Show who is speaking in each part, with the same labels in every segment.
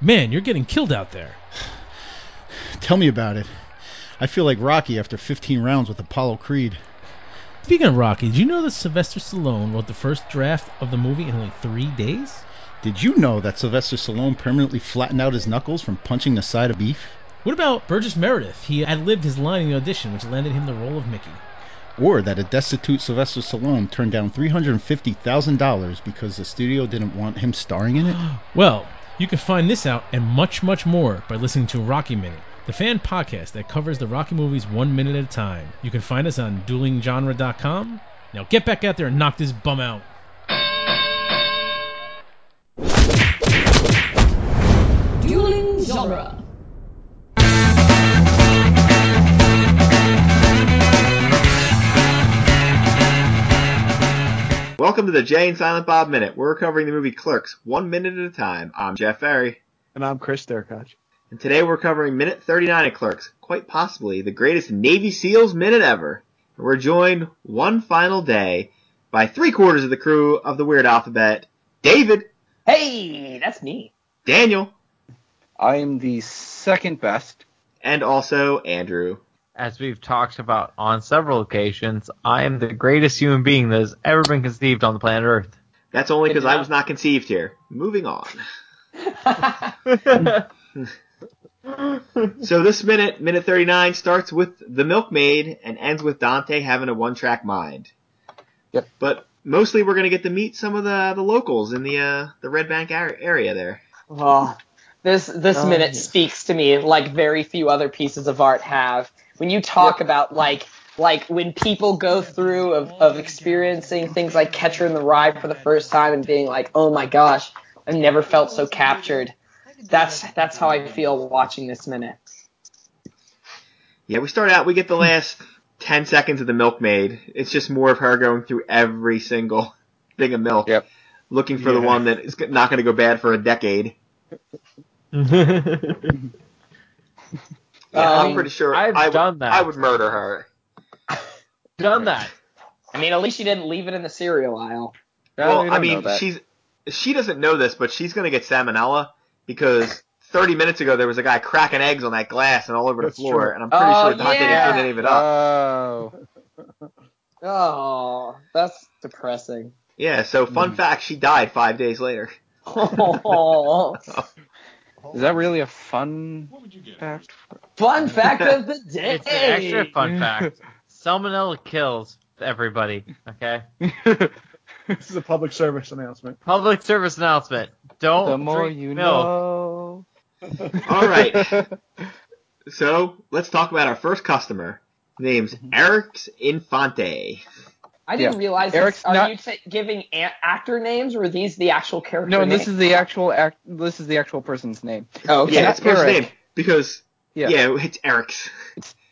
Speaker 1: Man, you're getting killed out there.
Speaker 2: Tell me about it. I feel like Rocky after 15 rounds with Apollo Creed.
Speaker 1: Speaking of Rocky, did you know that Sylvester Stallone wrote the first draft of the movie in only three days?
Speaker 2: Did you know that Sylvester Stallone permanently flattened out his knuckles from punching the side of beef?
Speaker 1: What about Burgess Meredith? He had lived his line in the audition, which landed him the role of Mickey.
Speaker 2: Or that a destitute Sylvester Stallone turned down $350,000 because the studio didn't want him starring in it?
Speaker 1: Well, you can find this out and much, much more by listening to Rocky Minute, the fan podcast that covers the Rocky movies one minute at a time. You can find us on duelinggenre.com. Now get back out there and knock this bum out.
Speaker 3: Dueling genre.
Speaker 4: Welcome to the Jay and Silent Bob Minute. We're covering the movie Clerks one minute at a time. I'm Jeff Ferry,
Speaker 5: And I'm Chris Derkach.
Speaker 4: and today we're covering minute 39 of Clerks, quite possibly the greatest Navy SEALs minute ever. We're joined one final day by three quarters of the crew of the Weird Alphabet David,
Speaker 3: Hey, that's me.
Speaker 4: Daniel,
Speaker 5: I am the second best.
Speaker 4: and also Andrew.
Speaker 6: as we've talked about on several occasions, I am the greatest human being that has ever been conceived on the planet Earth.
Speaker 4: That's only because I was not conceived here. Moving on. So this minute, minute 39, starts with the milkmaid and ends with Dante having a one-track mind.
Speaker 5: Yep.
Speaker 4: But mostly we're going to get to meet some of the, the locals in the uh, the Red Bank ar- area there.
Speaker 3: oh, this this
Speaker 5: Oh,
Speaker 3: minute
Speaker 5: yeah.
Speaker 3: speaks to me like very few other pieces of art have. When you talk about like like when people go through of, of experiencing things like Catcher in the Rye for the first time and being like, oh my gosh, I've never felt so captured. That's that's how I feel watching this minute.
Speaker 4: Yeah, we start out, we get the last 10 seconds of the milkmaid. It's just more of her going through every single thing of milk.
Speaker 5: Yep.
Speaker 4: Looking for the
Speaker 5: Yeah.
Speaker 4: one that is not going to go bad for a decade. Yeah, I'm
Speaker 3: Um,
Speaker 4: pretty sure
Speaker 6: I've
Speaker 4: I would-
Speaker 6: done that.
Speaker 4: I would murder her.
Speaker 6: Done that.
Speaker 3: I mean, at least you didn't leave it in the cereal aisle.
Speaker 5: No,
Speaker 4: Well,
Speaker 5: you
Speaker 4: I
Speaker 5: don't know
Speaker 4: mean,
Speaker 5: that.
Speaker 4: she's she doesn't know this, but she's gonna get salmonella because 30 minutes ago there was a guy cracking eggs on that glass and all over
Speaker 5: That's
Speaker 4: the floor,
Speaker 5: true.
Speaker 4: and I'm pretty
Speaker 3: Oh,
Speaker 4: sure Dante
Speaker 3: yeah.
Speaker 4: didn't clean any of it up.
Speaker 5: Oh.
Speaker 3: Oh, that's depressing.
Speaker 4: yeah. So
Speaker 5: hmm.
Speaker 4: fun fact, she died five days later.
Speaker 3: Oh,
Speaker 5: Is that really a fun fact?
Speaker 3: fun fact of the day.
Speaker 6: It's an extra fun fact. Salmonella kills everybody. Okay.
Speaker 7: This is a public service announcement.
Speaker 6: Public service announcement. Don't
Speaker 5: the more
Speaker 6: drink
Speaker 5: you
Speaker 6: milk.
Speaker 5: know.
Speaker 4: Oh, all right. So let's talk about our first customer. Name's
Speaker 5: Mm-hmm.
Speaker 4: Eric's Infante.
Speaker 3: I didn't
Speaker 5: Yeah.
Speaker 3: realize. this.
Speaker 5: Eric's
Speaker 3: Are
Speaker 5: not-
Speaker 3: you ta giving a- actor names, or are these the actual character
Speaker 5: No,
Speaker 3: names?
Speaker 5: this is the actual act. This is the actual person's name.
Speaker 3: Oh, okay.
Speaker 4: yeah, that's the first
Speaker 5: Eric.
Speaker 4: name because yeah.
Speaker 5: Yeah.
Speaker 4: it's Eric's.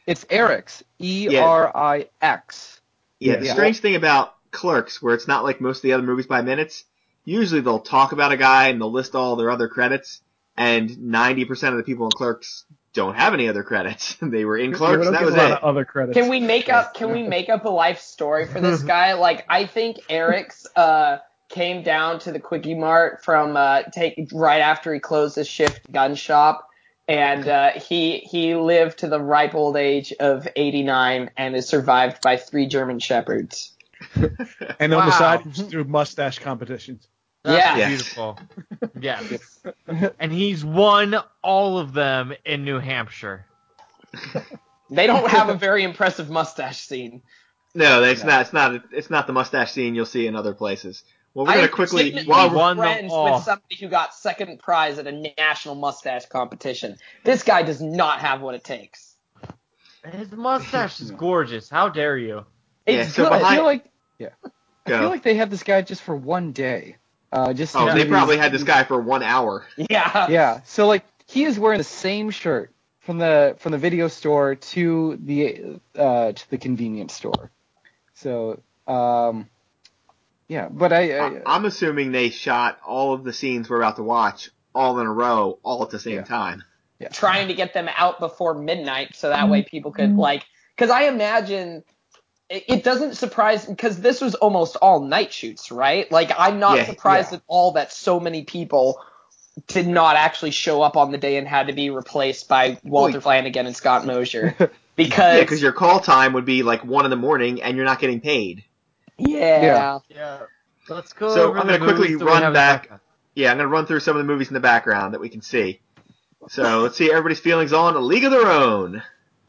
Speaker 5: It's Eric's. E R I X.
Speaker 4: Yeah, the
Speaker 5: Yeah.
Speaker 4: strange thing about Clerks, where it's not like most of the other movies by minutes, usually they'll talk about a guy and they'll list all their other credits, and 90% of the people in Clerks don't have any other credits. they were in
Speaker 7: We
Speaker 4: Clerks,
Speaker 7: don't
Speaker 4: and that
Speaker 7: give
Speaker 4: was
Speaker 7: a lot
Speaker 4: it.
Speaker 7: of other credits.
Speaker 3: Can we make up? Can we make up a life story for this guy? Like, I think Eric's uh, came down to the Quickie Mart from uh, take right after he closed his shift gun shop, and uh, he he lived to the ripe old age of 89 and is survived by three German shepherds.
Speaker 7: And on
Speaker 6: Wow.
Speaker 7: the side, just through mustache competitions.
Speaker 3: Yeah.
Speaker 4: Yes.
Speaker 6: Beautiful. Yes. and he's won all of them in New Hampshire.
Speaker 3: They don't have a very impressive mustache scene.
Speaker 4: No, that's not. It's not. It's not the mustache scene you'll see in other places. Well, we're
Speaker 3: I
Speaker 4: gonna
Speaker 3: am
Speaker 4: quickly.
Speaker 3: legitimately
Speaker 4: While we're,
Speaker 6: won them
Speaker 3: friends
Speaker 6: all.
Speaker 3: with somebody who got second prize at a national mustache competition. This guy does not have what it takes.
Speaker 6: His mustache is gorgeous. How dare you?
Speaker 4: yeah,
Speaker 3: It's
Speaker 4: so
Speaker 3: good.
Speaker 5: I
Speaker 4: behind.
Speaker 5: feel like I feel
Speaker 4: go.
Speaker 5: like they had this guy just for one day. Uh, just to
Speaker 4: oh,
Speaker 5: do
Speaker 4: they
Speaker 5: these-
Speaker 4: probably had this guy for one hour.
Speaker 3: Yeah.
Speaker 5: Yeah. So like he is wearing the same shirt from the from the video store to the uh, to the convenience store. So um, yeah, but I, I
Speaker 4: I, I'm assuming they shot all of the scenes we're about to watch all in a row, all at the same
Speaker 5: Yeah.
Speaker 4: time.
Speaker 3: trying to get them out before midnight so that way people could
Speaker 4: Mm-hmm.
Speaker 3: like because i imagine it, it doesn't surprise because this was almost all night shoots right like i'm not
Speaker 4: Yeah,
Speaker 3: surprised at all that so many people did not actually show up on the day and had to be replaced by Walter
Speaker 4: Well,
Speaker 3: Flanagan and Scott Mosier
Speaker 4: Yeah,
Speaker 3: because
Speaker 4: because your call time would be like one in the morning, and you're not getting paid.
Speaker 3: yeah,
Speaker 5: Yeah.
Speaker 6: Yeah. Let's go.
Speaker 4: So,
Speaker 6: over
Speaker 4: I'm
Speaker 6: the
Speaker 4: gonna quickly
Speaker 6: movies that we
Speaker 4: run
Speaker 6: have in the
Speaker 4: back.
Speaker 6: background.
Speaker 4: Yeah, I'm gonna run through some of the movies in the background that we can see. So let's see everybody's feelings on A League of Their Own.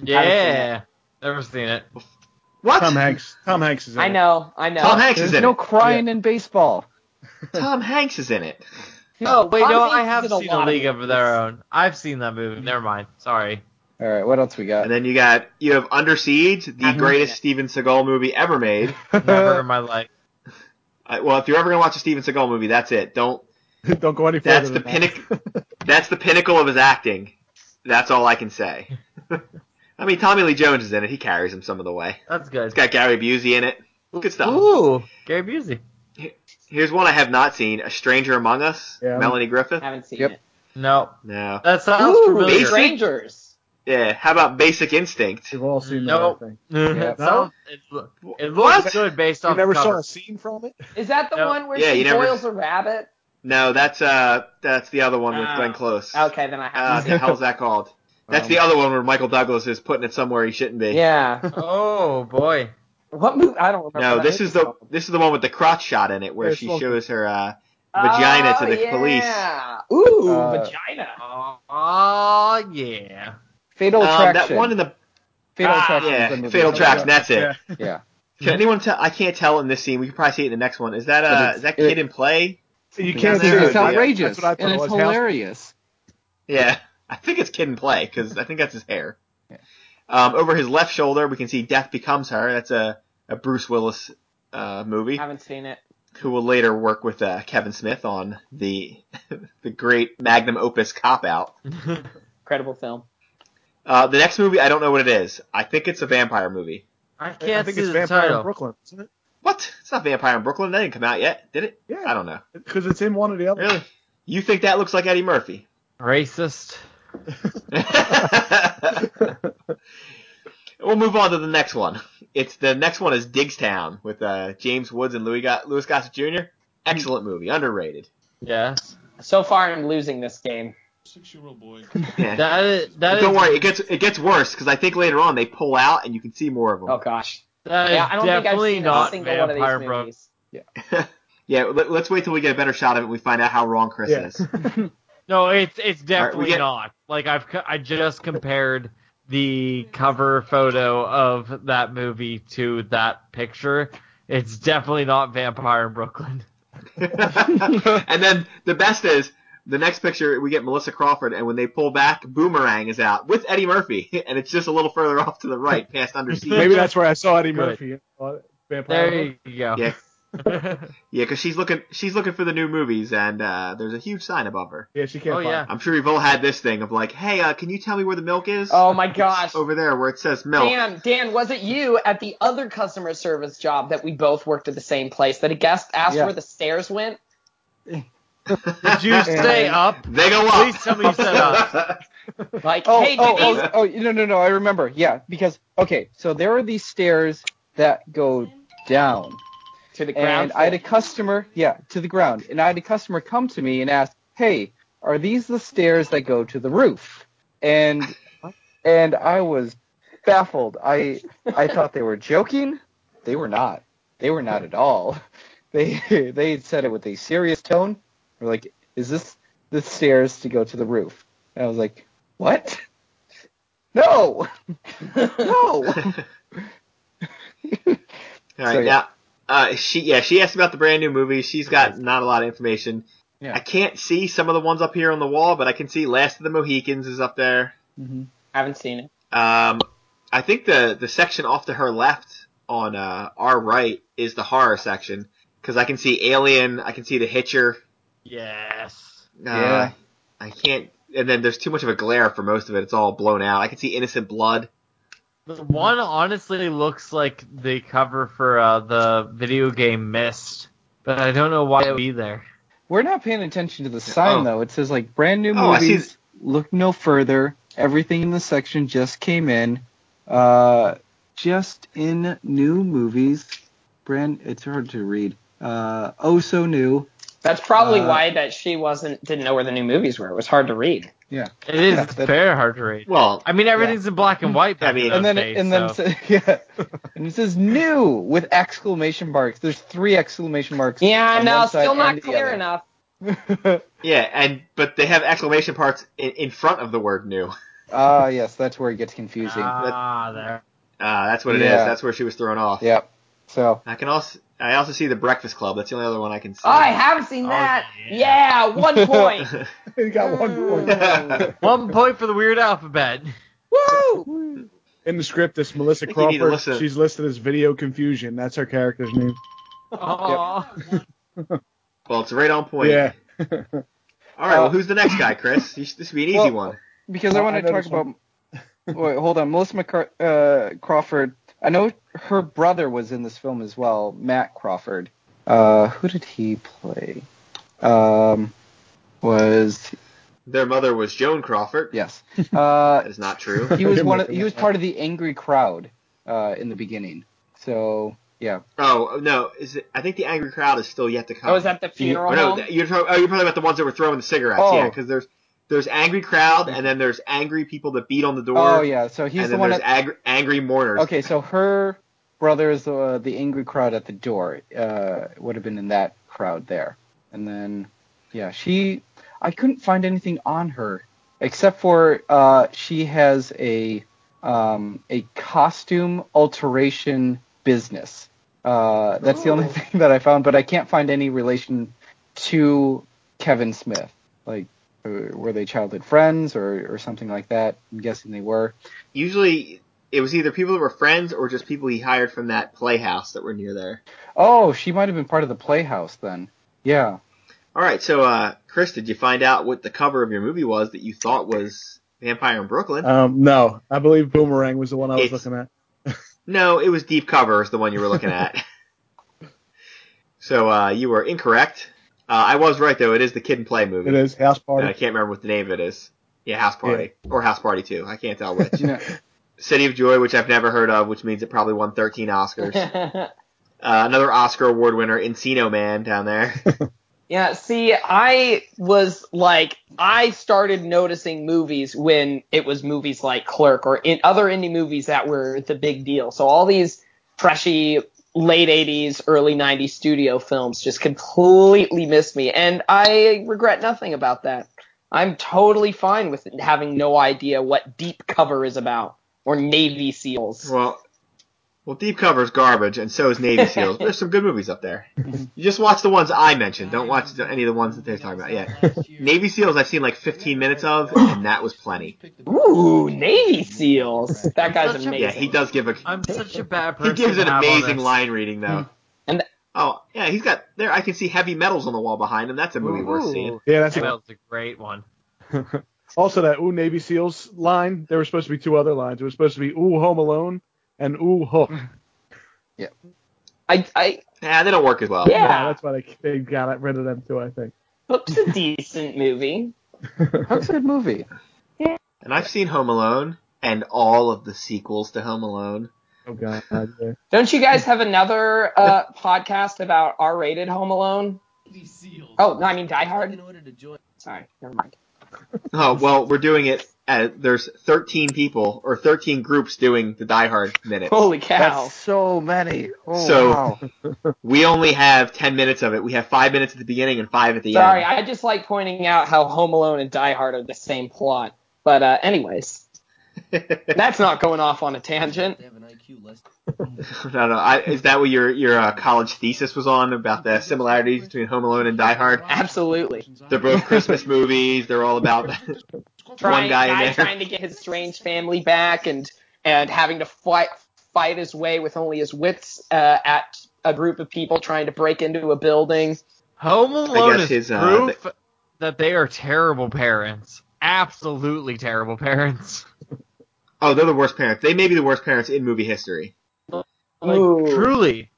Speaker 6: Yeah. Never seen it.
Speaker 4: What?
Speaker 7: Tom Hanks. Tom Hanks is. In
Speaker 3: I
Speaker 7: it.
Speaker 3: know, I know.
Speaker 4: Tom Hanks
Speaker 5: There's
Speaker 4: is in
Speaker 5: no
Speaker 4: it.
Speaker 5: crying in baseball.
Speaker 4: Tom Hanks is in it.
Speaker 6: Oh wait,
Speaker 3: Tom
Speaker 6: no,
Speaker 3: Hanks
Speaker 6: I
Speaker 3: is
Speaker 6: have
Speaker 3: in a
Speaker 6: seen a
Speaker 3: lot of
Speaker 6: League of Their Own. I've seen that movie. Never mind. Sorry.
Speaker 5: All right, what else we
Speaker 4: And
Speaker 5: got?
Speaker 4: then you got you have Under Siege, the
Speaker 3: Haven't seen
Speaker 4: greatest
Speaker 3: it.
Speaker 4: Steven Seagal movie ever made.
Speaker 6: Never in my life.
Speaker 4: I, well, if you're ever gonna watch a Steven Seagal movie, that's it. Don't.
Speaker 7: Don't go any
Speaker 4: That's
Speaker 7: further.
Speaker 4: the
Speaker 7: than that.
Speaker 4: pinnacle. that's the pinnacle of his acting. That's all I can say. I mean, Tommy Lee Jones is in it. He carries him some of the way.
Speaker 6: That's good.
Speaker 4: It's got Gary Busey in it. Good stuff.
Speaker 6: Ooh, Gary Busey.
Speaker 4: Here's one I have not seen: A Stranger Among Us.
Speaker 7: Yeah.
Speaker 4: Melanie Griffith.
Speaker 3: I haven't seen
Speaker 5: Yep.
Speaker 3: it.
Speaker 6: No,
Speaker 4: No.
Speaker 6: that sounds
Speaker 3: Ooh,
Speaker 6: familiar.
Speaker 4: Basic-
Speaker 3: Strangers.
Speaker 4: Yeah. How about Basic Instinct?
Speaker 7: We've all seen
Speaker 6: Nope.
Speaker 7: that. I think.
Speaker 6: It sounds- it, lo- it looks
Speaker 4: What?
Speaker 6: good based
Speaker 7: You
Speaker 6: off
Speaker 7: never
Speaker 6: the
Speaker 7: saw
Speaker 6: cover.
Speaker 7: a scene from it.
Speaker 3: Is that the
Speaker 6: No.
Speaker 3: one where
Speaker 4: Yeah,
Speaker 3: she
Speaker 4: you never-
Speaker 3: boils a rabbit?
Speaker 4: No, that's uh, that's the other one with
Speaker 3: Ah.
Speaker 4: Glenn Close.
Speaker 3: Okay, then I
Speaker 4: Uh,
Speaker 3: have.
Speaker 4: the hell's that called? That's
Speaker 5: Um,
Speaker 4: the other one where Michael Douglas is putting it somewhere he shouldn't be.
Speaker 3: yeah.
Speaker 6: Oh boy.
Speaker 3: What movie? I don't remember.
Speaker 4: No,
Speaker 3: that
Speaker 4: this is
Speaker 3: movie
Speaker 4: the this is the one with the crotch shot in it where
Speaker 7: Yeah,
Speaker 4: she
Speaker 7: smoking.
Speaker 4: shows her uh
Speaker 3: called.
Speaker 4: vagina to
Speaker 3: Oh,
Speaker 4: the
Speaker 3: yeah.
Speaker 4: police.
Speaker 3: Ooh,
Speaker 5: Uh,
Speaker 3: vagina.
Speaker 6: Oh, oh, yeah.
Speaker 5: Fatal
Speaker 4: um,
Speaker 5: Attraction.
Speaker 4: that one in the
Speaker 5: Fatal
Speaker 3: Ah,
Speaker 5: Attraction. is the
Speaker 4: yeah
Speaker 5: movie.
Speaker 4: fatal
Speaker 5: Okay.
Speaker 4: tracks. That's it.
Speaker 7: Yeah.
Speaker 5: Yeah.
Speaker 4: Can anyone tell? I can't tell in this scene. We can probably see it in the next one. Is that
Speaker 5: But
Speaker 4: uh
Speaker 5: it's-
Speaker 4: is that
Speaker 5: it-
Speaker 4: kid in play?
Speaker 7: You
Speaker 4: Yeah,
Speaker 7: can't
Speaker 5: It's,
Speaker 4: that's
Speaker 7: do
Speaker 4: it.
Speaker 5: it's
Speaker 7: it.
Speaker 5: outrageous
Speaker 7: That's what I thought
Speaker 5: and
Speaker 7: it
Speaker 5: it's
Speaker 7: was. House-
Speaker 5: hilarious.
Speaker 4: Yeah, I think it's kid in play because I think that's his hair. Um, over his left shoulder, we can see Death Becomes Her. That's a a Bruce Willis uh movie.
Speaker 3: haven't seen it.
Speaker 4: who will later work with uh, Kevin Smith on the the great magnum opus Cop Out.
Speaker 3: Incredible film.
Speaker 4: Uh, the next movie, I don't know what it is. I think it's a vampire movie.
Speaker 6: I
Speaker 7: I
Speaker 6: can't
Speaker 7: think
Speaker 6: see
Speaker 7: it's
Speaker 6: the
Speaker 7: Vampire
Speaker 6: title.
Speaker 7: in Brooklyn, isn't it?
Speaker 4: What? It's not Vampire in Brooklyn. That didn't come out yet, did it?
Speaker 7: Yeah.
Speaker 4: I don't know.
Speaker 7: Because it's in one or the other.
Speaker 4: Really? You think that looks like Eddie Murphy?
Speaker 6: Racist.
Speaker 4: we'll move on to the next one. It's the next one is Digstown with uh, James Woods and Louis, Go- Louis Gossett Jr. Excellent movie, underrated.
Speaker 6: Yes.
Speaker 3: So far, I'm losing this game.
Speaker 1: Six-year-old boy.
Speaker 4: Yeah.
Speaker 6: That is. That is
Speaker 4: don't worry, it gets it gets worse because I think later on they pull out and you can see more of them.
Speaker 3: Oh gosh.
Speaker 6: that is
Speaker 3: Yeah, I don't think I've
Speaker 6: definitely
Speaker 3: seen a
Speaker 6: not
Speaker 3: single one of
Speaker 6: Vampire
Speaker 3: these
Speaker 6: Bro-
Speaker 3: movies.
Speaker 4: Yeah, let, us wait till we get a better shot of it. and We find out how wrong Chris
Speaker 7: Yeah.
Speaker 4: is.
Speaker 6: No, it's it's definitely
Speaker 4: get-
Speaker 6: not. Like I've co- I just compared the cover photo of that movie to that picture. It's definitely not Vampire in Brooklyn.
Speaker 4: and then the best is the next picture we get Melissa Crawford, and when they pull back, Boomerang is out with Eddie Murphy, and it's just a little further off to the right, past Under Siege.
Speaker 7: Maybe that's where I saw Eddie
Speaker 6: Good.
Speaker 7: Murphy. uh, Vampire.
Speaker 6: There you go.
Speaker 4: Yeah. yeah, because she's looking she's looking for the new movies, and uh, there's a huge sign above her.
Speaker 7: Yeah, she can't.
Speaker 6: Oh,
Speaker 7: find
Speaker 6: yeah.
Speaker 7: it.
Speaker 4: I'm sure we've all had this thing of like, hey, uh, can you tell me where the milk is?
Speaker 3: Oh my gosh.
Speaker 4: over there where it says milk.
Speaker 3: Dan, Dan, was it you at the other customer service job that we both worked at the same place that a guest asked
Speaker 5: Yeah.
Speaker 3: where the stairs went?
Speaker 6: Did you stay up?
Speaker 4: They go up.
Speaker 6: Please tell me you said uh, up.
Speaker 3: Like,
Speaker 5: Oh,
Speaker 3: hey,
Speaker 5: oh,
Speaker 3: Denise,
Speaker 5: oh, oh, no, no, no, I remember. Yeah, because, okay, so there are these stairs that go down.
Speaker 3: to the ground.
Speaker 5: and I had a
Speaker 3: floor.
Speaker 5: customer, yeah, to the ground, and I had a customer come to me and ask, "Hey, are these the stairs that go to the roof?" And and I was baffled. I I thought they were joking. They were not. They were not at all. They they had said it with a serious tone. They We're like, "Is this the stairs to go to the roof?" And I was like, "What?" No, no.
Speaker 3: Mm-hmm.
Speaker 4: All right,
Speaker 5: So, yeah.
Speaker 4: now uh, she yeah she asked about the brand new movie. She's got not a lot of information.
Speaker 5: Yeah.
Speaker 4: I can't see some of the ones up here on the wall, but I can see Last of the Mohicans is up there.
Speaker 3: haven't seen it.
Speaker 4: Um, I think the the section off to her left on uh, our right is the horror section because I can see Alien, I can see The Hitcher.
Speaker 6: Yes.
Speaker 4: Uh,
Speaker 5: Yeah.
Speaker 4: I can't. And then there's too much of a glare for most of it. It's all blown out. I can see Innocent Blood.
Speaker 6: The one honestly looks like the cover for uh, the video game Mist, but I don't know why it would be there.
Speaker 5: We're not paying attention to the sign
Speaker 4: Oh.
Speaker 5: though. It says like brand new
Speaker 4: Oh, I see
Speaker 5: movies. Look no further. Everything in the section just came in. Uh, just in new movies. Brand. It's hard to read. Uh, oh so new.
Speaker 3: That's probably
Speaker 5: Uh,
Speaker 3: why that she wasn't didn't know where the new movies were. It was hard to read.
Speaker 6: It is
Speaker 5: Yeah,
Speaker 6: it's
Speaker 5: that-
Speaker 6: very hard to read.
Speaker 4: Well,
Speaker 6: I mean, everything's in black and white. Back
Speaker 4: I mean-
Speaker 6: in
Speaker 5: and then
Speaker 6: those days,
Speaker 5: and then
Speaker 6: so-
Speaker 5: sa- yeah, and it says new with exclamation marks. There's three exclamation marks.
Speaker 3: Yeah,
Speaker 5: on
Speaker 3: no,
Speaker 5: one side
Speaker 3: still
Speaker 5: and
Speaker 3: not
Speaker 5: the
Speaker 3: clear
Speaker 5: other.
Speaker 3: enough.
Speaker 4: yeah, and but they have exclamation parts in, in front of the word new.
Speaker 5: Ah, yes, that's where it gets confusing.
Speaker 6: ah, there.
Speaker 4: Uh, that's what it is.
Speaker 5: Yeah.
Speaker 4: That's where she was thrown off.
Speaker 5: yep. So
Speaker 4: I can also I also see the Breakfast Club. That's the only other one I can see.
Speaker 3: Oh, I have seen
Speaker 6: Oh,
Speaker 3: that. yeah.
Speaker 6: yeah.
Speaker 3: one point.
Speaker 7: you got one point.
Speaker 4: I
Speaker 6: One point for the weird alphabet.
Speaker 3: Woo!
Speaker 7: In the script, it's Melissa
Speaker 4: I think you need to
Speaker 7: Crawford.
Speaker 4: listen.
Speaker 7: She's listed as Video Confusion. That's her character's name.
Speaker 6: Aw.
Speaker 4: well, it's right on point.
Speaker 7: Yeah.
Speaker 4: All right.
Speaker 5: Uh,
Speaker 4: well, who's the next guy, Chris? You- This would be an easy
Speaker 5: Well,
Speaker 4: one.
Speaker 5: because I
Speaker 7: Oh,
Speaker 5: want
Speaker 7: I
Speaker 5: to
Speaker 7: know
Speaker 5: talk
Speaker 7: this
Speaker 5: about. Wait, hold on. Melissa McCar- uh, Crawford. I know her brother was in this film as well, Matt Crawford. Uh, who did he play? Um, was
Speaker 4: Their mother was Joan Crawford.
Speaker 5: yes. Uh,
Speaker 4: That is not true.
Speaker 5: he was one. Of, he was part of the angry crowd uh, in the beginning. So yeah,
Speaker 4: oh no, is it, I think the angry crowd is still yet to come.
Speaker 3: I was at the funeral
Speaker 4: Oh, no,
Speaker 3: home.
Speaker 4: you're talking, oh, you're probably about the ones that were throwing the cigarettes.
Speaker 5: Oh.
Speaker 4: Yeah, because there's there's angry crowd and then there's angry people that beat on the door.
Speaker 5: oh yeah. So
Speaker 4: And
Speaker 5: he's
Speaker 4: then
Speaker 5: the one.
Speaker 4: there's
Speaker 5: That,
Speaker 4: angry, angry mourners.
Speaker 5: okay, so her brother is the uh, the angry crowd at the door. Uh, would have been in that crowd there, and then yeah, she. I couldn't find anything on her except for uh, she has a um, a costume alteration business. Uh, that's the only
Speaker 3: Ooh.
Speaker 5: thing that I found, but I can't find any relation to Kevin Smith. Like, uh, were they childhood friends or, or something like that? I'm guessing they were.
Speaker 4: Usually, it was either people that were friends or just people he hired from that playhouse that were near there.
Speaker 5: Oh, she might have been part of the Playhouse then. Yeah.
Speaker 4: All right, so uh, Chris, did you find out what the cover of your movie was that you thought was Vampire in Brooklyn?
Speaker 7: Um, no, I believe Boomerang was the one I was
Speaker 4: It's-
Speaker 7: looking at.
Speaker 4: no, it was Deep Cover is the one you were looking at. so uh, you were incorrect. Uh, I was right though. It is the Kid and Play movie.
Speaker 7: It is House
Speaker 4: And I
Speaker 7: Party.
Speaker 4: can't remember what the name of it is. Yeah, House Party or House Party Two. I can't tell which.
Speaker 5: You know,
Speaker 4: City of Joy, which I've never heard of, which means it probably won 13 Oscars. uh, another Oscar award winner, Encino Man, down there.
Speaker 3: yeah, see, I was like, I started noticing movies when it was movies like Clerk or in other indie movies that were the big deal. So all these freshy late 80s, early 90s studio films just completely missed me, and I regret nothing about that. I'm totally fine with having no idea what deep cover is about or Navy SEALs.
Speaker 4: Well, well, Deep Cover's garbage, and so is Navy SEALs. There's some good movies up there. You just watch the ones I mentioned. Don't watch the- any of the ones that they're talking about yet. Navy SEALs I've seen like 15 minutes of, and that was plenty.
Speaker 3: Ooh, Navy SEALs. That guy's
Speaker 6: Such a-
Speaker 3: amazing.
Speaker 4: Yeah, he does give a
Speaker 6: I'm such a bad
Speaker 4: he
Speaker 6: person.
Speaker 4: gives an
Speaker 6: to have on
Speaker 4: amazing
Speaker 6: this.
Speaker 4: line reading though.
Speaker 3: Hmm. And-
Speaker 4: oh yeah, he's got there. I can see heavy metals on the wall behind him. That's a movie worth seeing.
Speaker 7: Yeah, that's
Speaker 6: That
Speaker 7: it.
Speaker 6: was a great one.
Speaker 7: Also, that Ooh Navy SEALs line, there were supposed to be two other lines. It was supposed to be Ooh Home Alone and Ooh Hook.
Speaker 3: I, I
Speaker 4: Yeah, they don't work as well.
Speaker 3: Yeah.
Speaker 7: that's why they, they got rid of them too, I think.
Speaker 3: Hook's a decent movie.
Speaker 5: Hook's a good movie.
Speaker 4: And I've seen Home Alone and all of the sequels to Home Alone.
Speaker 7: Oh, God. yeah.
Speaker 3: Don't you guys have another uh, podcast about R-rated Home Alone? Oh, no, I mean Die Hard.
Speaker 8: In order to join.
Speaker 3: Sorry, never mind.
Speaker 4: Oh well, we're doing it. At, there's 13 people or 13 groups doing the Die Hard minute.
Speaker 3: Holy cow!
Speaker 5: That's so many. Oh,
Speaker 4: So-
Speaker 5: wow.
Speaker 4: We only have 10 minutes of it. We have five minutes at the beginning and five at the
Speaker 3: Sorry,
Speaker 4: end.
Speaker 3: I just like pointing out how Home Alone and Die Hard are the same plot. But uh, anyways, that's not going off on a tangent.
Speaker 8: They have an IQ less.
Speaker 4: no, no. I, is that what your your uh, college thesis was on about the similarities between Home Alone and Die Hard?
Speaker 3: Absolutely.
Speaker 4: They're both Christmas movies. They're all about.
Speaker 3: Trying,
Speaker 4: guy in there.
Speaker 3: trying to get his strange family back and and having to fight fight his way with only his wits uh, at a group of people trying to break into a building.
Speaker 6: Home Alone
Speaker 4: guess
Speaker 6: is
Speaker 4: his, uh,
Speaker 6: proof that they are terrible parents. Absolutely terrible parents.
Speaker 4: oh, they're the worst parents. They may be the worst parents in movie history.
Speaker 6: Like
Speaker 3: Ooh.
Speaker 6: truly.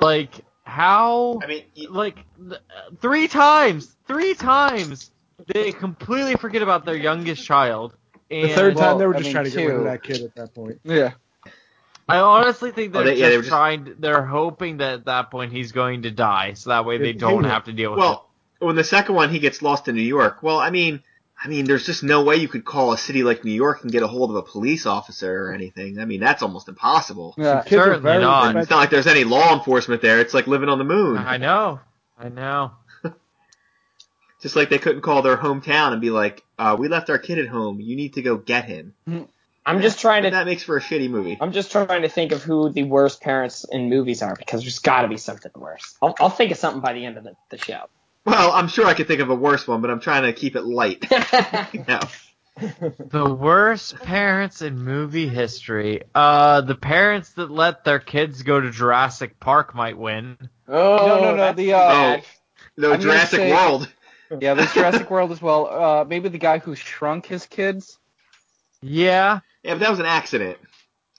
Speaker 6: Like how?
Speaker 4: I mean, y-
Speaker 6: like th- uh, three times, three times they completely forget about their youngest child.
Speaker 7: The
Speaker 6: And
Speaker 7: third time, they were
Speaker 5: I
Speaker 7: just
Speaker 5: mean,
Speaker 7: trying to get rid
Speaker 5: two.
Speaker 7: of that kid at that point.
Speaker 5: yeah.
Speaker 6: I honestly think they're
Speaker 4: Oh, they-
Speaker 6: just
Speaker 4: yeah, they were just-
Speaker 6: trying. They're hoping that at that point he's going to die, so that way they
Speaker 7: They-
Speaker 6: don't
Speaker 7: they-
Speaker 6: have to deal with
Speaker 4: Well, when the second one he gets lost in New York. Well, I mean, I mean, there's just no way you could call a city like New York and get a hold of a police officer or anything. I mean, that's almost impossible.
Speaker 5: Yeah.
Speaker 7: Kids are
Speaker 6: certainly
Speaker 7: very
Speaker 6: not.
Speaker 7: expensive.
Speaker 4: It's not like there's any law enforcement there. It's like living on the
Speaker 6: it.
Speaker 4: moon.
Speaker 6: Uh, I know, I know.
Speaker 4: Just like they couldn't call their hometown and be like, uh, "We left our kid at home. You need to go get him."
Speaker 3: I'm just trying
Speaker 4: And
Speaker 3: to
Speaker 4: that makes for a shitty movie.
Speaker 3: I'm just trying to think of who the worst parents in movies are because there's got to be something worse. I'll, I'll think of something by the end of the, the show.
Speaker 4: Well, I'm sure I could think of a worse one, but I'm trying to keep it light.
Speaker 3: I
Speaker 4: No.
Speaker 6: The worst parents in movie history. Uh, the parents that let their kids go to Jurassic Park might win.
Speaker 5: Oh, no, no, no. The uh,
Speaker 4: Oh, no,
Speaker 5: I'm gonna
Speaker 4: Jurassic
Speaker 5: say-
Speaker 4: World.
Speaker 5: yeah, there's Jurassic World as well. Uh, maybe the guy who shrunk his kids.
Speaker 6: Yeah,
Speaker 4: Yeah, but that was an accident.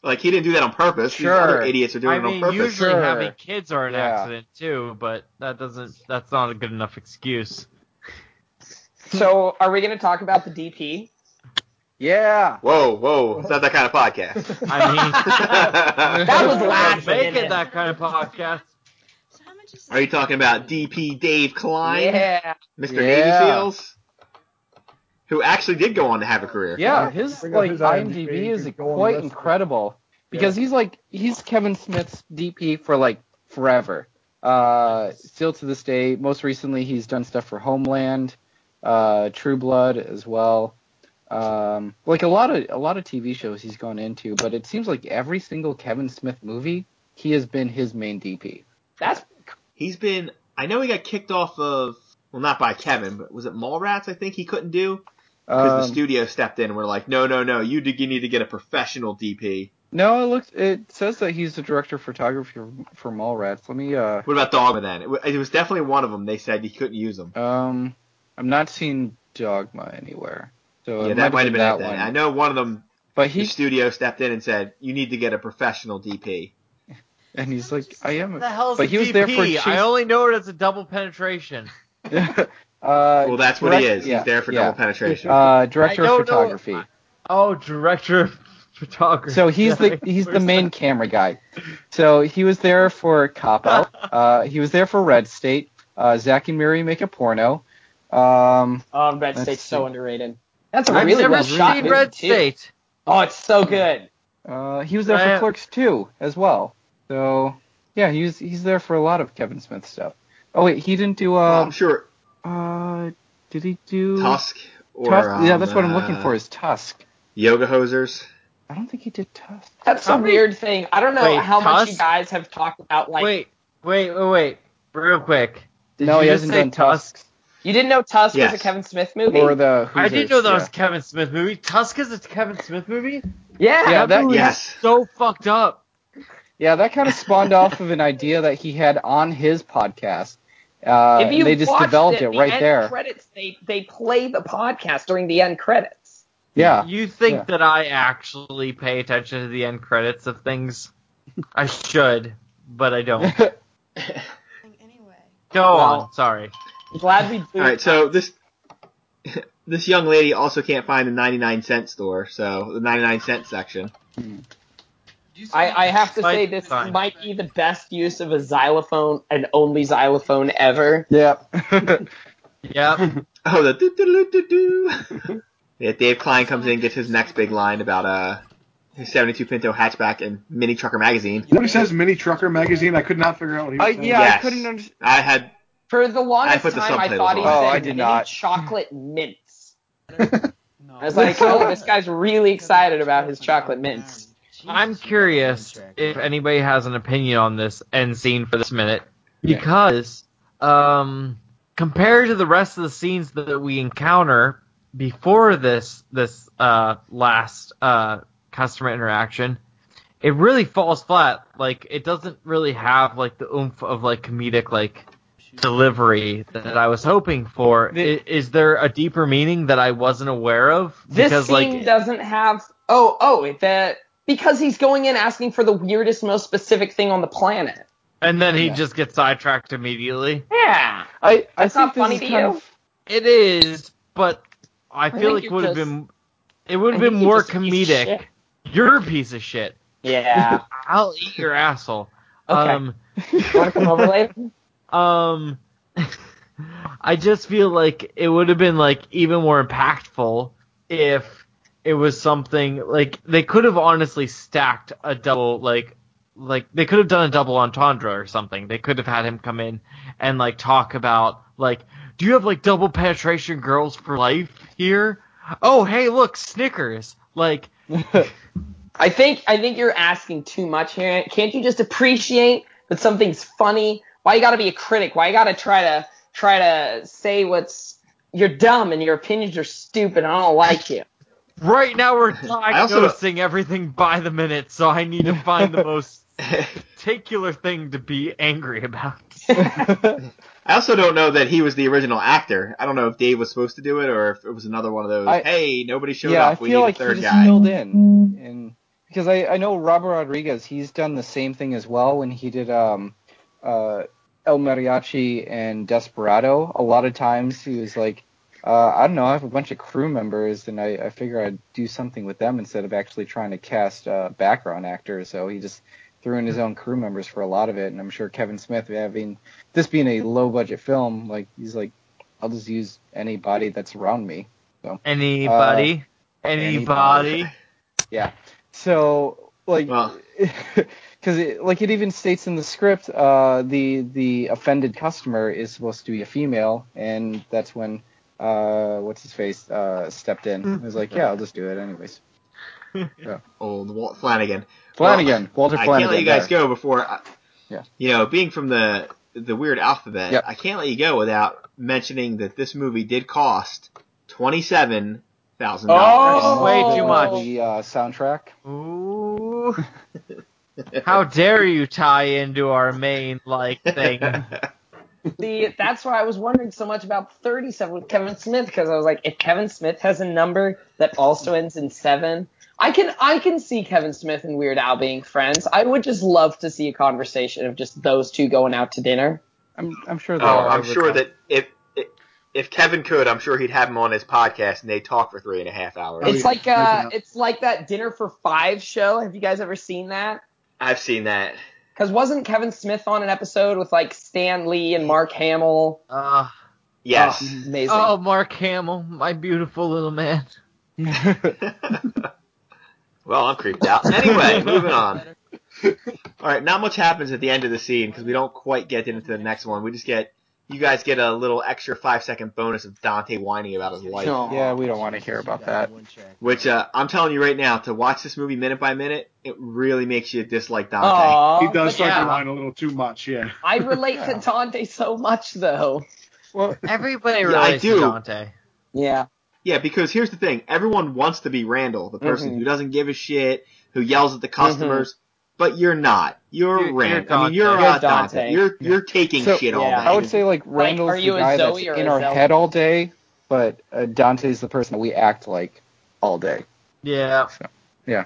Speaker 4: Like he didn't do that on purpose.
Speaker 5: Sure.
Speaker 4: These other idiots are doing
Speaker 6: I
Speaker 4: it on
Speaker 6: mean
Speaker 4: purpose.
Speaker 6: usually
Speaker 5: Sure.
Speaker 6: having kids are an
Speaker 5: Yeah.
Speaker 6: accident too, but that doesn't. That's not a good enough excuse.
Speaker 3: so are we going to talk about the DP?
Speaker 5: Yeah.
Speaker 4: Whoa, whoa! It's not that kind of podcast.
Speaker 6: I
Speaker 3: That was
Speaker 6: mean,
Speaker 3: last
Speaker 6: make
Speaker 3: minute.
Speaker 6: it that kind of podcast.
Speaker 8: So how much is
Speaker 4: Are you talking about DP Dave Klein,
Speaker 3: Yeah.
Speaker 4: Mr.
Speaker 5: Yeah.
Speaker 4: Navy Seals, who actually did go on to have a career?
Speaker 5: Yeah,
Speaker 7: Yeah.
Speaker 5: his
Speaker 7: Bring up
Speaker 5: like
Speaker 7: his
Speaker 5: IMDb,
Speaker 7: IMDb,
Speaker 5: is
Speaker 7: you can go on the
Speaker 5: quite
Speaker 7: rest of it.
Speaker 5: incredible because he's like he's Kevin Smith's DP for like forever. Uh, still to this day. Most recently, he's done stuff for Homeland, uh, True Blood as well. Um, like a lot of a lot of TV shows he's gone into, but it seems like every single Kevin Smith movie he has been his main DP.
Speaker 3: That's
Speaker 4: He's been. I know he got kicked off of. Well, not by Kevin, but was it Mallrats? I think he couldn't do because the
Speaker 5: Um,
Speaker 4: studio stepped in and were like, "No, no, no! You, do, you need to get a professional DP."
Speaker 5: No, it looks. It says that he's the director of photography for, for Mallrats. Let me. Uh,
Speaker 4: What about Dogma then? It, wa- it was definitely one of them. They said you couldn't use them.
Speaker 5: um, I'm not seeing Dogma anywhere. So
Speaker 4: yeah,
Speaker 5: Uh, it
Speaker 4: that might have been
Speaker 5: that
Speaker 4: it then.
Speaker 5: one.
Speaker 4: I know one of them.
Speaker 5: But
Speaker 4: The
Speaker 5: he
Speaker 4: studio stepped in and said, "You need to get a professional DP."
Speaker 5: and he's like, I am.
Speaker 6: The hell's
Speaker 5: But
Speaker 6: a
Speaker 5: he was
Speaker 6: DP?
Speaker 5: there for Chase-
Speaker 6: I only know it as a double penetration.
Speaker 5: uh,
Speaker 4: Well, that's what he
Speaker 5: direct-
Speaker 4: is.
Speaker 5: yeah,
Speaker 4: He's there for
Speaker 5: yeah.
Speaker 4: double penetration.
Speaker 5: Uh, director
Speaker 6: I
Speaker 5: of
Speaker 6: don't know-
Speaker 5: photography.
Speaker 6: Oh, director of photography.
Speaker 5: So he's the he's the main camera guy. So he was there for Cop Out. Uh, he was there for Red State. Uh, Zach and Miri make a porno. Um,
Speaker 3: oh, Red
Speaker 5: That's
Speaker 3: State's
Speaker 5: sick.
Speaker 3: so underrated. That's a
Speaker 6: I've
Speaker 3: really
Speaker 6: never
Speaker 3: well shot
Speaker 6: seen
Speaker 3: movie,
Speaker 6: Red
Speaker 3: too.
Speaker 6: State.
Speaker 3: Oh, it's so good.
Speaker 5: uh, he was there for
Speaker 6: Right.
Speaker 5: Clerks 2 as well. So yeah, he's he's there for a lot of Kevin Smith stuff. Oh wait, he didn't do
Speaker 4: Well, I'm
Speaker 5: uh,
Speaker 4: sure
Speaker 5: uh did he do
Speaker 4: Tusk or
Speaker 5: Tusk? yeah,
Speaker 4: um,
Speaker 5: that's what I'm
Speaker 4: uh,
Speaker 5: looking for is Tusk.
Speaker 4: Yoga hosers.
Speaker 5: I don't think he did Tusk.
Speaker 3: That's a weird thing. I don't know
Speaker 6: Wait,
Speaker 3: how much you
Speaker 6: Tusk?
Speaker 3: guys have talked about. Like,
Speaker 6: wait, wait, wait, wait. Real quick. Did
Speaker 5: no,
Speaker 6: you
Speaker 5: he
Speaker 6: just
Speaker 5: hasn't
Speaker 6: say
Speaker 5: done Tusk.
Speaker 3: you didn't know Tusk
Speaker 4: Yes.
Speaker 3: was a Kevin Smith movie?
Speaker 5: or the
Speaker 6: I
Speaker 5: Hoosiers,
Speaker 6: didn't know that
Speaker 5: yeah.
Speaker 6: was a Kevin Smith movie. Tusk is a Kevin Smith movie.
Speaker 3: yeah.
Speaker 5: Yeah, that-
Speaker 6: movie
Speaker 4: Yes.
Speaker 6: is so fucked up.
Speaker 5: Yeah, that kind of spawned off of an idea that he had on his podcast. Uh,
Speaker 3: if
Speaker 5: and
Speaker 3: you
Speaker 5: they just
Speaker 3: watched
Speaker 5: developed it,
Speaker 3: the
Speaker 5: right
Speaker 3: end
Speaker 5: there.
Speaker 3: Credits. They they play the podcast during the end credits.
Speaker 5: yeah.
Speaker 6: You think
Speaker 5: Yeah.
Speaker 6: that I actually pay attention to the end credits of things? I should, but I don't.
Speaker 8: something anyway?
Speaker 6: Go
Speaker 3: Well-
Speaker 6: on. Sorry.
Speaker 3: I'm glad we.
Speaker 4: All right, so this this young lady also can't find the 99 cent store, so the 99 cent section.
Speaker 3: I, I have to
Speaker 6: Fine,
Speaker 3: say this
Speaker 6: fine.
Speaker 3: might be the best use of a xylophone and only xylophone ever.
Speaker 5: yeah.
Speaker 6: Yep.
Speaker 4: Oh, the doo doo doo doo doo. Yeah, Dave Klein comes in and gets his next big line about uh his 72 Pinto hatchback and Mini Trucker magazine.
Speaker 7: When he says Mini Trucker magazine, I could not figure out what he was
Speaker 5: I,
Speaker 7: saying.
Speaker 5: Uh, yeah, I
Speaker 4: Yes.
Speaker 5: couldn't understand.
Speaker 4: I had
Speaker 3: For the longest
Speaker 4: I put the
Speaker 3: time, I
Speaker 4: subtitles
Speaker 3: thought he
Speaker 4: on.
Speaker 5: Oh,
Speaker 3: said
Speaker 5: I did
Speaker 3: mini
Speaker 5: not.
Speaker 3: chocolate mints. I was like, oh, this guy's really excited about his chocolate mints.
Speaker 6: I'm curious if anybody has an opinion on this end scene for this minute because um compared to the rest of the scenes that we encounter before this this uh last uh customer interaction it really falls flat like it doesn't really have like the oomph of like comedic like delivery that I was hoping for I
Speaker 5: The-
Speaker 6: is, there a deeper meaning that I wasn't aware of
Speaker 3: This scene doesn't have. Oh, oh, it- that because he's going in asking for the weirdest, most specific thing on the planet.
Speaker 6: And then he
Speaker 5: Yeah.
Speaker 6: just gets sidetracked immediately.
Speaker 3: Yeah.
Speaker 5: I, I
Speaker 3: That's not
Speaker 5: think this
Speaker 3: funny
Speaker 5: is
Speaker 3: to
Speaker 5: kind
Speaker 3: you?
Speaker 5: of.
Speaker 6: It is, but I
Speaker 3: think
Speaker 6: feel like
Speaker 3: you're
Speaker 6: would have
Speaker 3: just-
Speaker 6: been it
Speaker 3: I
Speaker 6: would have been
Speaker 3: think you're
Speaker 6: more
Speaker 3: just a piece of
Speaker 6: comedic. You're a piece of shit.
Speaker 3: Yeah.
Speaker 6: I'll eat your asshole.
Speaker 5: Okay.
Speaker 6: Um,
Speaker 3: Want to come over later?
Speaker 6: Um, I just feel like it would have been like even more impactful if it was something like they could have honestly stacked a double like like they could have done a double entendre or something. They could have had him come in and like talk about like do you have like double penetration girls for life here? Oh hey look Snickers like
Speaker 3: I think I think you're asking too much here. Can't you just appreciate that something's funny? Why you gotta be a critic? Why you gotta try to try to say what's you're dumb and your opinions are stupid. and I don't like you.
Speaker 6: right now we're
Speaker 4: also-
Speaker 6: diagnosing everything by the minute, so I need to find the most particular thing to be angry about.
Speaker 4: I also don't know that he was the original actor. I don't know if Dave was supposed to do it or if it was another one of those.
Speaker 5: I-
Speaker 4: hey, nobody showed
Speaker 5: yeah,
Speaker 4: up.
Speaker 5: I
Speaker 4: We need
Speaker 5: feel like
Speaker 4: a
Speaker 5: he
Speaker 4: third
Speaker 5: just
Speaker 4: guy.
Speaker 5: filled in, and because I, I know Robert Rodriguez, he's done the same thing as well when he did um, uh, El Mariachi and Desperado. A lot of times he was like, uh, I don't know, I have a bunch of crew members, and I, I figure I'd do something with them instead of actually trying to cast uh, background actors. So he just threw in his own crew members for a lot of it, and I'm sure Kevin Smith, having this being a low budget film, like he's like, I'll just use anybody that's around me.
Speaker 6: Anybody?
Speaker 5: anybody.
Speaker 6: Uh, anybody?
Speaker 5: Yeah. So like
Speaker 4: Well.
Speaker 5: because it, like it even states in the script uh, the the offended customer is supposed to be a female and that's when uh, what's his face uh, stepped in and was like yeah I'll just do it anyways
Speaker 4: Old Walt Flanagan.
Speaker 5: Flanagan Walter
Speaker 4: I
Speaker 5: Flanagan
Speaker 4: can't let you guys
Speaker 5: there.
Speaker 4: go before. I,
Speaker 5: Yeah.
Speaker 4: You know, being from the the weird alphabet,
Speaker 5: Yep.
Speaker 4: I can't let you go without mentioning that this movie did cost twenty seven thousand
Speaker 3: Oh.
Speaker 4: dollars.
Speaker 6: Way
Speaker 5: The-
Speaker 6: too much.
Speaker 5: the uh, soundtrack
Speaker 6: Ooh.
Speaker 5: Oh!
Speaker 6: How dare you tie into our main like thing?
Speaker 3: The that's why I was wondering so much about 37 with Kevin Smith because I was like, if Kevin Smith has a number that also ends in seven, I can I can see Kevin Smith and Weird Al being friends. I would just love to see a conversation of just those two going out to dinner.
Speaker 5: I'm I'm sure
Speaker 4: Oh,
Speaker 5: there are.
Speaker 4: I'm sure that if if Kevin could, I'm sure he'd have him on his podcast and they talk for three and a half hours.
Speaker 3: It's
Speaker 2: yeah.
Speaker 3: like uh, it's like that Dinner for Five show. Have you guys ever seen that?
Speaker 4: I've seen that.
Speaker 3: Because wasn't Kevin Smith on an episode with like Stan Lee and Mark Hamill?
Speaker 6: Uh,
Speaker 4: Yes.
Speaker 5: mm-hmm.
Speaker 3: Oh, amazing.
Speaker 6: oh, Mark Hamill, my beautiful little man.
Speaker 4: well, I'm creeped out. Anyway, moving on.
Speaker 3: Um,
Speaker 4: All right, not much happens at the end of the scene because we don't quite get into the next one. We just get you guys get a little extra five second bonus of Dante whining about his life,
Speaker 3: No.
Speaker 5: yeah we don't want to hear about that
Speaker 4: which uh, I'm telling you right now to watch this movie minute by minute, it really makes you dislike Dante.
Speaker 3: Aw,
Speaker 7: He does
Speaker 3: but
Speaker 7: start
Speaker 3: yeah,
Speaker 7: to whine a little too much, yeah.
Speaker 3: I relate to Dante so much though.
Speaker 5: well
Speaker 6: Everybody
Speaker 4: Yeah, I
Speaker 6: relates
Speaker 4: do.
Speaker 6: to Dante.
Speaker 3: Yeah.
Speaker 4: Yeah, because here's the thing: everyone wants to be Randall, the person
Speaker 3: Mhm.
Speaker 4: who doesn't give a shit, who yells at the customers. But you're not. You're,
Speaker 6: You're- you're
Speaker 4: Randall. I mean,
Speaker 6: Dante.
Speaker 4: you're,
Speaker 6: You're
Speaker 4: uh, Dante.
Speaker 3: Dante.
Speaker 4: You're you're taking
Speaker 5: So-
Speaker 4: shit all
Speaker 3: Yeah.
Speaker 4: day.
Speaker 5: I would say like Randall's
Speaker 3: are you
Speaker 5: the
Speaker 3: a
Speaker 5: guy that's
Speaker 3: Zoe or
Speaker 5: in
Speaker 3: a
Speaker 5: our
Speaker 3: Zelda?
Speaker 5: head all day, but uh, Dante's the person that we act like all day.
Speaker 6: Yeah.
Speaker 5: yeah.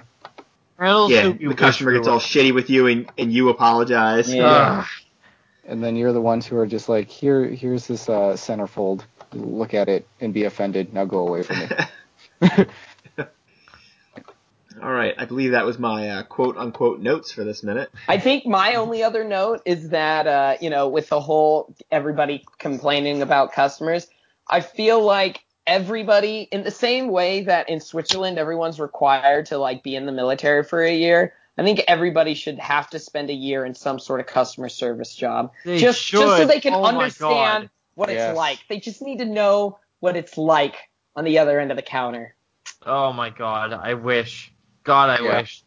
Speaker 6: Randall's
Speaker 4: yeah,
Speaker 6: who we
Speaker 4: the customer
Speaker 6: wish
Speaker 4: gets
Speaker 6: we
Speaker 4: all
Speaker 6: were.
Speaker 4: shitty with you and, and you apologize.
Speaker 3: Yeah. Uh,
Speaker 6: Ugh.
Speaker 5: And then you're the ones who are just like, here, here's this uh, centerfold. Look at it and be offended. Now go away from me.
Speaker 4: All right, I believe that was my uh, quote unquote notes for this minute.
Speaker 3: I think my only other note is that uh, you know, with the whole everybody complaining about customers, I feel like everybody in the same way that in Switzerland everyone's required to like be in the military for a year. I think everybody should have to spend a year in some sort of customer service job.
Speaker 6: They
Speaker 3: just
Speaker 6: should.
Speaker 3: just so they can
Speaker 6: Oh my
Speaker 3: understand
Speaker 6: God.
Speaker 3: what
Speaker 5: Yes.
Speaker 3: it's like. They just need to know what it's like on the other end of the counter.
Speaker 6: Oh my god, I wish. God, I
Speaker 5: Yeah.
Speaker 6: wish.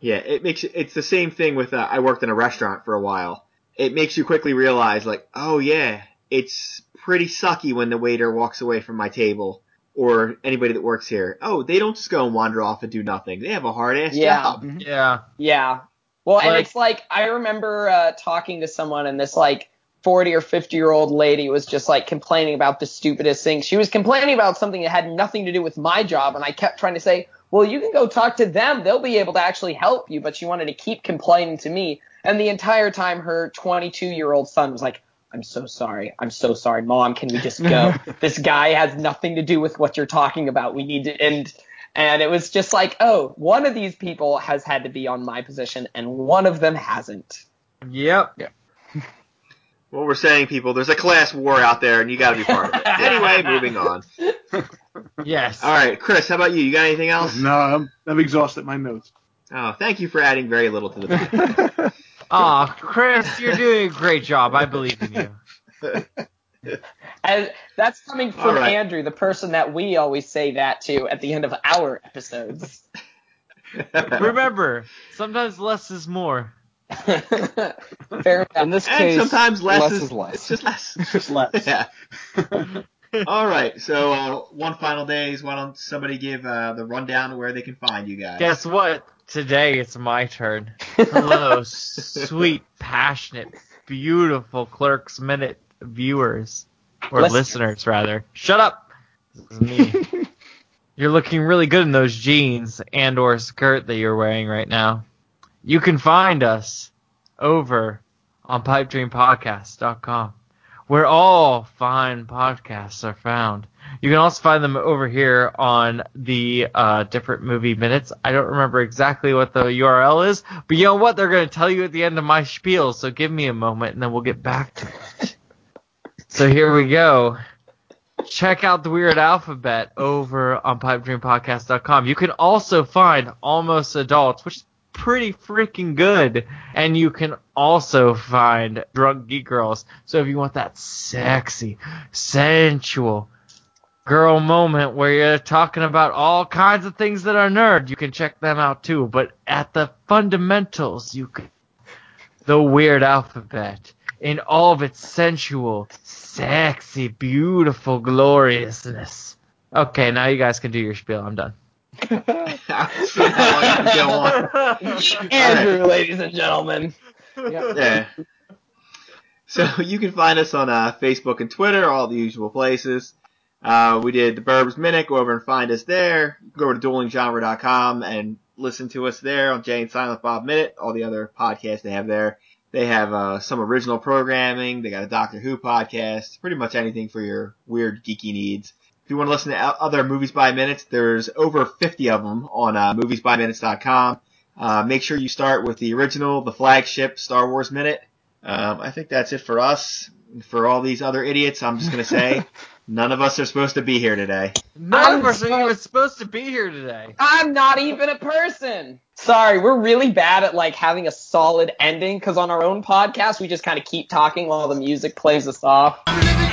Speaker 4: Yeah, it makes it's the same thing with uh, I worked in a restaurant for a while. It makes you quickly realize like, oh yeah, it's pretty sucky when the waiter walks away from my table or anybody that works here. Oh, they don't just go and wander off and do nothing. They have a hard ass
Speaker 3: Yeah.
Speaker 4: job.
Speaker 6: Yeah.
Speaker 3: Yeah. Well, and
Speaker 6: Like-
Speaker 3: it's like I remember uh, talking to someone, and this like 40 or 50 year old lady was just like complaining about the stupidest thing. She was complaining about something that had nothing to do with my job, and I kept trying to say, "Well, you can go talk to them; they'll be able to actually help you." But she wanted to keep complaining to me, and the entire time, her 22 year old son was like. I'm so sorry. I'm so sorry, Mom. Can we just go? this guy has nothing to do with what you're talking about. We need to end And it was just like, oh, one of these people has had to be on my position, and one of them hasn't.
Speaker 6: Yep.
Speaker 4: What we're saying, people, there's a class war out there, and you got to be part of it. anyway, moving on.
Speaker 6: Yes.
Speaker 4: All right, Chris, how about you? You got anything else?
Speaker 7: No, I'm, I've exhausted my notes.
Speaker 4: Oh, thank you for adding very little to the debate.
Speaker 6: Aw, Chris, you're doing a great job. I believe in you.
Speaker 3: And that's coming
Speaker 4: All
Speaker 3: from
Speaker 4: right.
Speaker 3: Andrew, the person that we always say that to at the end of our episodes.
Speaker 6: Remember, sometimes less is more.
Speaker 3: Fair
Speaker 5: In
Speaker 3: enough.
Speaker 5: this
Speaker 4: and
Speaker 5: case,
Speaker 4: sometimes less, is,
Speaker 5: less.
Speaker 4: It's just less.
Speaker 2: Just less.
Speaker 4: yeah. All right, so uh, one final days. Why don't somebody give uh, the rundown of where they can find you guys?
Speaker 6: Guess what? Today it's my turn. Hello, sweet, passionate, beautiful Clerks Minute viewers. Or
Speaker 3: Listeners.
Speaker 6: listeners, rather. Shut up! This is me. you're looking really good in those jeans and or skirt that you're wearing right now. You can find us over on pipedreampodcast.com where all fine podcasts are found. You can also find them over here on the uh, different movie minutes. I don't remember exactly what the URL is, but you know what? They're going to tell you at the end of my spiel, so give me a moment and then we'll get back to it. so here we go. Check out the Weird Alphabet over on pipedreampodcast.com. You can also find Almost Adults, which is pretty freaking good. And you can also find Drunk Geek Girls. So if you want that sexy, sensual, girl moment where you're talking about all kinds of things that are nerd. You can check them out too. But at the fundamentals, you can the weird alphabet in all of its sensual, sexy, beautiful gloriousness. Okay, now you guys can do your spiel. I'm done.
Speaker 4: I've seen how long you can go on.
Speaker 3: Andrew, ladies and gentlemen.
Speaker 4: Yeah. So you can find us on uh, Facebook and Twitter, all the usual places. Uh, we did the Burbs Minute. Go over and find us there. Go over to duelinggenre.com and listen to us there on Jane Silent Bob Minute. All the other podcasts they have there. They have uh, some original programming. They got a Doctor Who podcast. Pretty much anything for your weird geeky needs. If you want to listen to o- other movies by minutes, there's over 50 of them on uh, moviesbyminutes.com. Uh, make sure you start with the original, the flagship Star Wars Minute. Um, I think that's it for us. For all these other idiots, I'm just going to say none of us are supposed to be here today.
Speaker 6: None of
Speaker 3: I'm
Speaker 6: us are even supposed to be here today.
Speaker 3: I'm not even a person. Sorry, we're really bad at like having a solid ending because on our own podcast we just kind of keep talking while the music plays us off.
Speaker 9: I'm living